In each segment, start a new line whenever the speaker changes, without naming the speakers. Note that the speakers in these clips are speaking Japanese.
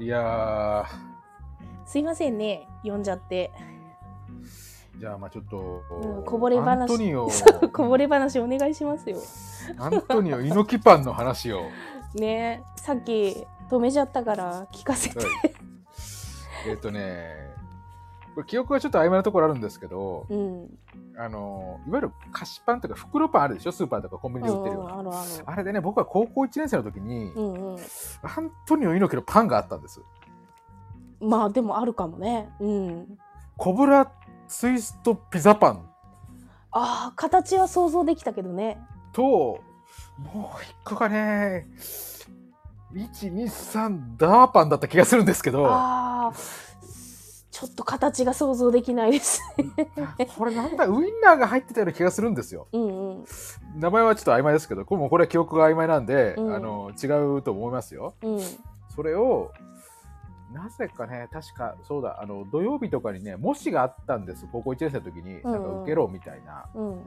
や
すいませんね、呼んじゃって。
ー、じゃあ、まあちょっと、
うんこぼれ話
アントニオ、
そうこぼれ話お願いしますよ。
アントニオ、猪木パンの話を。はい
ねえさっき止めちゃったから聞かせて。
えっとね、これ記憶がちょっと曖昧なところあるんですけど、
うん。
あの、いわゆる菓子パンとか袋パンあるでしょスーパーとかコンビニで売ってるよう
う
な。
んうんあるある
あれでね、僕は高校1年生の時に、
うんうん。
アントニオ猪木のパンがあったんです。
まあでもあるかもね。うん。
コブラツイストピザパン
ああ形は想像できたけどね。
と、もう一個がね、123ダーパンだった気がするんですけど、
ああちょっと形が想像できないです。
これなんだ、ウインナーが入ってたような気がするんですよ。
うんうん
名前はちょっと曖昧ですけど、これもうこれは記憶が曖昧なんで、
うん
あの違うと思いますよ。
うん
それを、なぜかね、確か、そうだ、あの、土曜日とかにね、模試があったんです、高校1年生の時に、
うん
なんか受けろみたいな。
うん。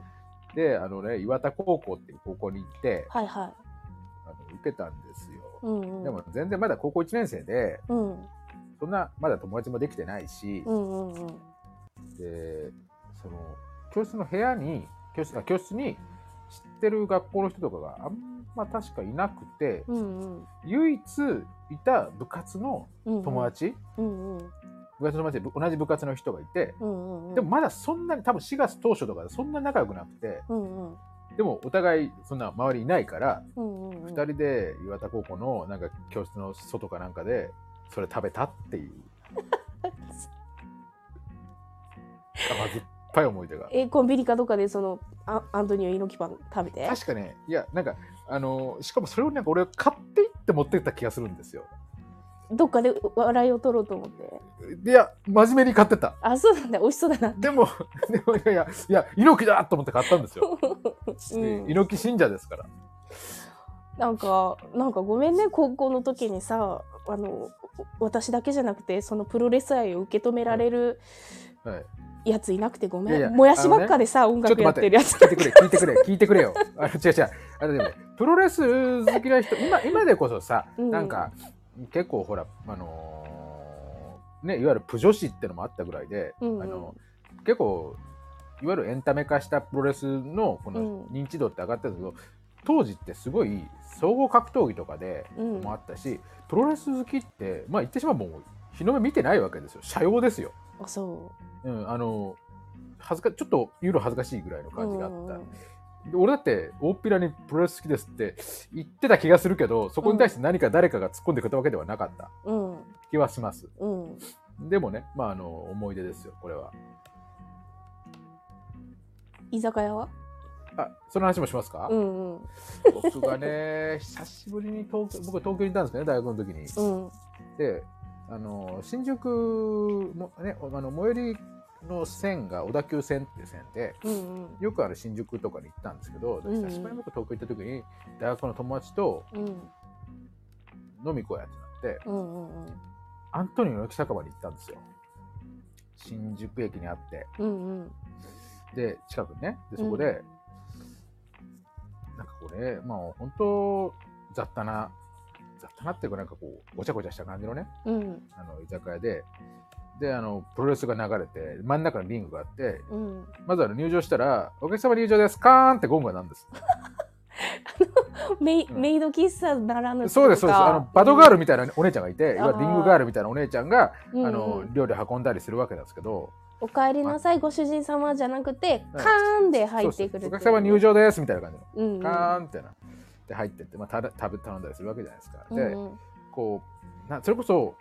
で、あのね、岩田高校っていう高校に行って、
はいはい。
あの受けたんですよ。
うんうん。
でも全然まだ高校1年生で、
うん
そんな、まだ友達もできてないし、
うんうんうん。
で、その、教室の部屋に、教室、あ教室に、知ってる学校の人とかがあんま確かいなくて、
うんうん
唯一いた部活の
うんうん。
友。達、
うんうん
部活の友達で同じ部活の人がいて、
うんうん。
でも。まだそんなに多分4月当初とかでそんな仲良くなくて
うんうん
でもお互いそんな周りいないから
うんうんうん。
2人で岩田高校のなんか教室の外かなんかでそれ食べたって いう甘酸っぱい思い出が
えコンビニかどっかでそのアアントニオ猪木パン食べて
確かねいやなんかあのしかもそれをなんか俺買っていって持ってった気がするんですよ
どっかで笑いを取ろうと思って
いや真面目に買ってた
あそうなんだ美味しそうだな
でもでもいやいやいや猪木だと思って買ったんですよ
うん
猪木信者ですから
なんかなんかごめんね高校の時にさあの私だけじゃなくてそのプロレス愛を受け止められる
はい
やついなくてごめん、
いやいや
もやしばっかでさ、音
ちょっ
楽
と
やっ
待って
てるやつ
聞いてくれ、聞いてくれ、聞いてくれよ。あの違う違う。あのでもね、プロレス好きな人、今、今でこそさ、
うん
なんか、結構ほら、あのーね、いわゆるプ女子ってのもあったぐらいで、
うんうん
あの、結構、いわゆるエンタメ化したプロレスの、この
うん
認知度って上がってるけど、当時ってすごい、総合格闘技とかで
うん
もあったし、プロレス好きって、まあ言ってしまえばもう、日の目見てないわけですよ。社用ですよ。
あそ
うん、あの恥ずかちょっとユーロ恥ずかしいぐらいの
う
感じがあ
うん
っ
う
た、
ん
で俺だって大っぴらにプロレス好きですって言ってた気がするけどそこに対して何か誰かが突っ込んでくれたわけではなかった
うん
気はします
うん
でもねまああの思い出ですよこれは
居酒屋は
あその話もしますか、
うんうん
僕がね 久しぶりに東京僕は東京にいたんですね大学の時に
うん
であの新宿もねあの最寄りの線が小田急線っていう線で、
うんうん
よくある新宿とかに行ったんですけど、
うん
久しぶりに僕東京行った時に大学の友達と
うん
飲み行こうやってなって
うんうんうん
アントニオ猪木酒場に行ったんですよ新宿駅にあって
うんうん
で近くにねでそこで、なんかこれまあ本当雑多な雑多なっていうかなんかこうごちゃごちゃした感じのね
うん
あの居酒屋でであのプロレスが流れて真ん中のリングがあって
うん
まずあの入場したら「お客様入場ですカーン!」ってゴングが鳴るん です
メイ
うん
メイド喫茶ならぬ
そうです、そうです。あの、バドガールみたいなお姉ちゃんがいて、いわゆ
あー
るリングガールみたいなお姉ちゃんが、
ル、うん
あの、料理運んだりするわけなんですけど、
お帰りなさいご主人様じゃなくて、
はい
カーンで入って
そ
くる
うそうお客様入、場ですみたいな感じの、
うんうん、
カーンみたいな。で、入ってって、まあ、ただ食べ、頼んだりするわけじゃないですか。で、
うんうん
こう、なそれこそ、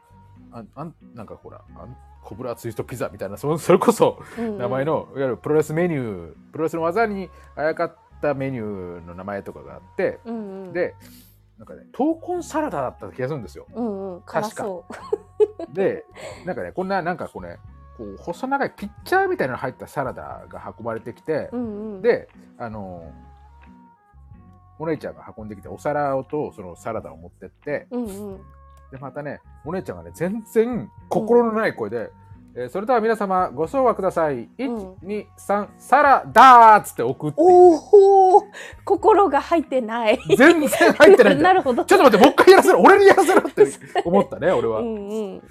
ああんなんかほら、あんコブラツイストピザみたいな、そのそれこそ、
うんうん
名前の、いわゆるプロレスメニュー、プロレスの技にあやかったメニューの名前とかがあって、
うんうん、
で、なんかね、闘魂サラダだった気がするんですよ。
うんうん、辛
確か
そう
で、なんかね、こんな、なんかこうね、こう細長いピッチャーみたいなの入ったサラダが運ばれてきて、
うんうん、
で、あのお姉ちゃんが運んできて、お皿をとそのサラダを持ってって、
うんうん、
で、またね、お姉ちゃんがね、全然心のない声で、えーそれでは皆様、ご唱和ください。1、
うん
2、3、サラダーっつって送って、
おお心が入ってない。
全然入ってないんだ
な
よ
るほど。
ちょっと待ってもう一回やらせろ俺にやらせろ って思ったね俺は、
うんうん。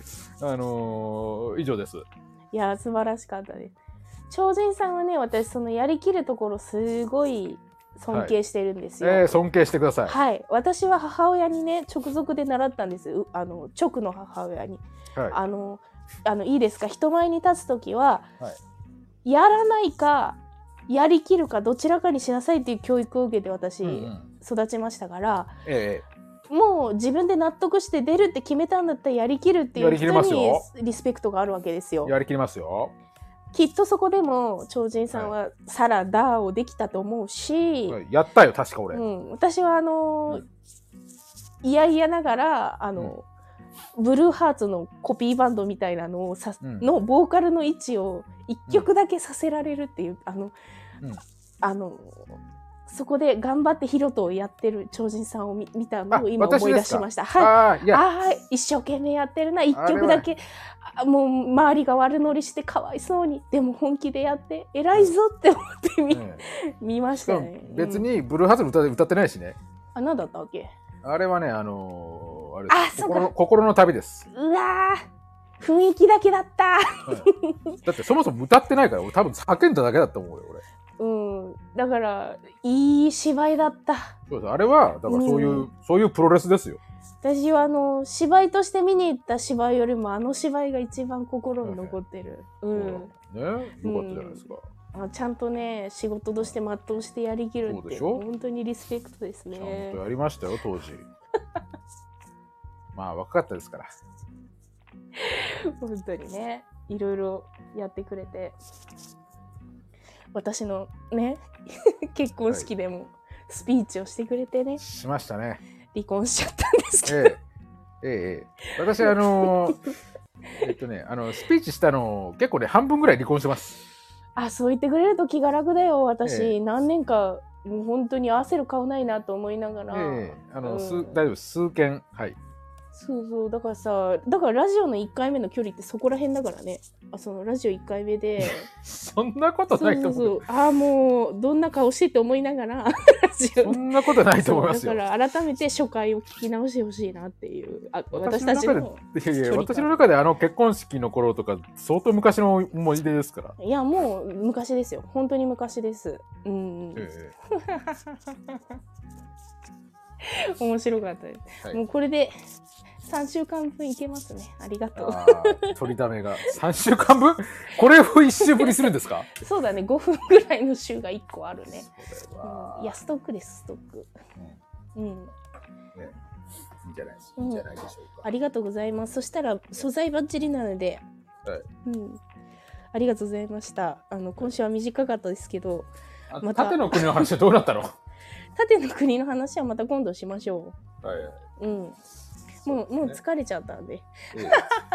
あのー以上です
いや素晴らしかったです。超人さんはね私そのやりきるところすごい尊敬してるんですよ。はい
えー尊敬してください、
私は母親にね直属で習ったんですうあの直の母親に
はい
あのあのいいですか人前に立つ時は、
は
やらないかやりきるかどちらかにしなさいっていう教育を受けて私、
うんうん
育ちましたから
え
もう自分で納得して出るって決めたんだったらやりきるっていう
やりきれ
人
ます
に
よ
リスペクトがあるわけです
え
よ。
やりきりますよ、
きっとそこでも超人さんはサラダをできたと思うし、
はいやったよ確か俺、
うん、私はあの
う
ーいやいやながらあの、ブルーハーツのコピーバンドみたいなのをさ、
うん
のボーカルの位置を一曲だけさせられるっていう、あの、
うん
あのそこで頑張ってヒロトをやってる超人さんを見見た
あ
のを今
私
思い出
です
し
か
ました。はい。
ああいや
ああー一生懸命やってるな一
あれ
曲
は
だけあもう周りが悪乗りしてかわいそうにでも本気でやって偉いぞって思って見,、
え
見まし
えしたか
ね
も別、
うん
にブルーハーツの歌で歌ってないしね
あ何だったわけ
あれはねあのーあれ
あ
です
そうか
心の心の旅です、
うわー雰囲気だけだった
はいだってそもそも歌ってないから俺多分叫んだだけだと思うよ俺
うんだからいい芝居だった
そうですあれはだからそういう、
うん
そういうプロレスですよ
私はあの芝居として見に行った芝居よりもあの芝居が一番心に残ってる、うん
ね、よかったじゃないですか。
あちゃんとね仕事として全うしてやりきる
そ
っ
う
て
でしょ
本当にリスペクトですね
ちゃんとやりましたよ、当時。まあ、若かったですから。
本当にねいろいろやってくれて私のね 結婚式でもスピーチをしてくれてね
しましたね。
離婚しちゃったんですけど、
ええ、ええ、ええ。私、あの ーえっとね、あの、スピーチしたの、結構ね、半分ぐらい離婚してます。
あそう言ってくれると気が楽だよ私、
ええ
何年かもう本当に合わせる顔ないなと思いながら、
ええ、あの、す
うん
大丈夫です、数件、はい。
そうそうだからさだからラジオの1回目の距離ってそこら辺だからねあそのラジオ1回目で
そんなこ
そ
と
う
ないと
そ
思。
うそううああもうどんな顔してって思いながらラジオ
そんなことないと思います
そう
よ。
だから改めて初回を聞き直してほしいなっていうあ私
私
た
の
ち
中で
の
いやい
距
や、
離感
私の中であの結婚式の頃とか、相当昔の思い出ですから。
いやもう昔ですよ本当に昔ですうん、
ええ、
面白かったです、
はい
もうこれで3週間分いけますねありがとう
あー取りためが3週間分 これを1週ぶりするんですか
そうだね5分ぐらいの週が1個あるね、
それは
うん、いやストックですストックうん
いいんじゃない
うん
いいんじゃないでしょうか、
ありがとうございます。そしたら素材バッチリなので、
はい
うん、ありがとうございました。あの今週は短かったですけど、
あ
また
縦の国の話はどうな ったのは
縦の国の話はまた今度しましょ。
いう
うん、もうもう疲れちゃったんで、
ええ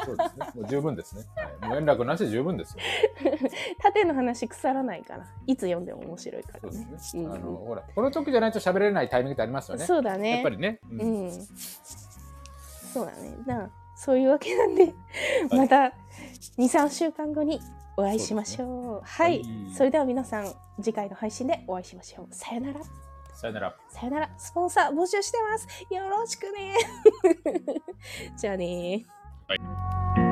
そうですねもう十分ですね、はい、もう連絡なしで十分ですよ
縦の話腐らないから、いつ読んでも面白いか
そ
ら
うで
ね。
すね、
うん
あのほらこの時じゃないと喋れないタイミングってありますよね
そうだね。
やっぱりね、うん
うん、そうだね。だからそういうわけなんで、
い
また2、3週間後にお会いしましょう。はい、
はい
それでは皆さん、次回の配信でお会いしましょう。さよなら。
さよなら
さよなら。スポンサー募 集してます。よろしくね。じゃあねー。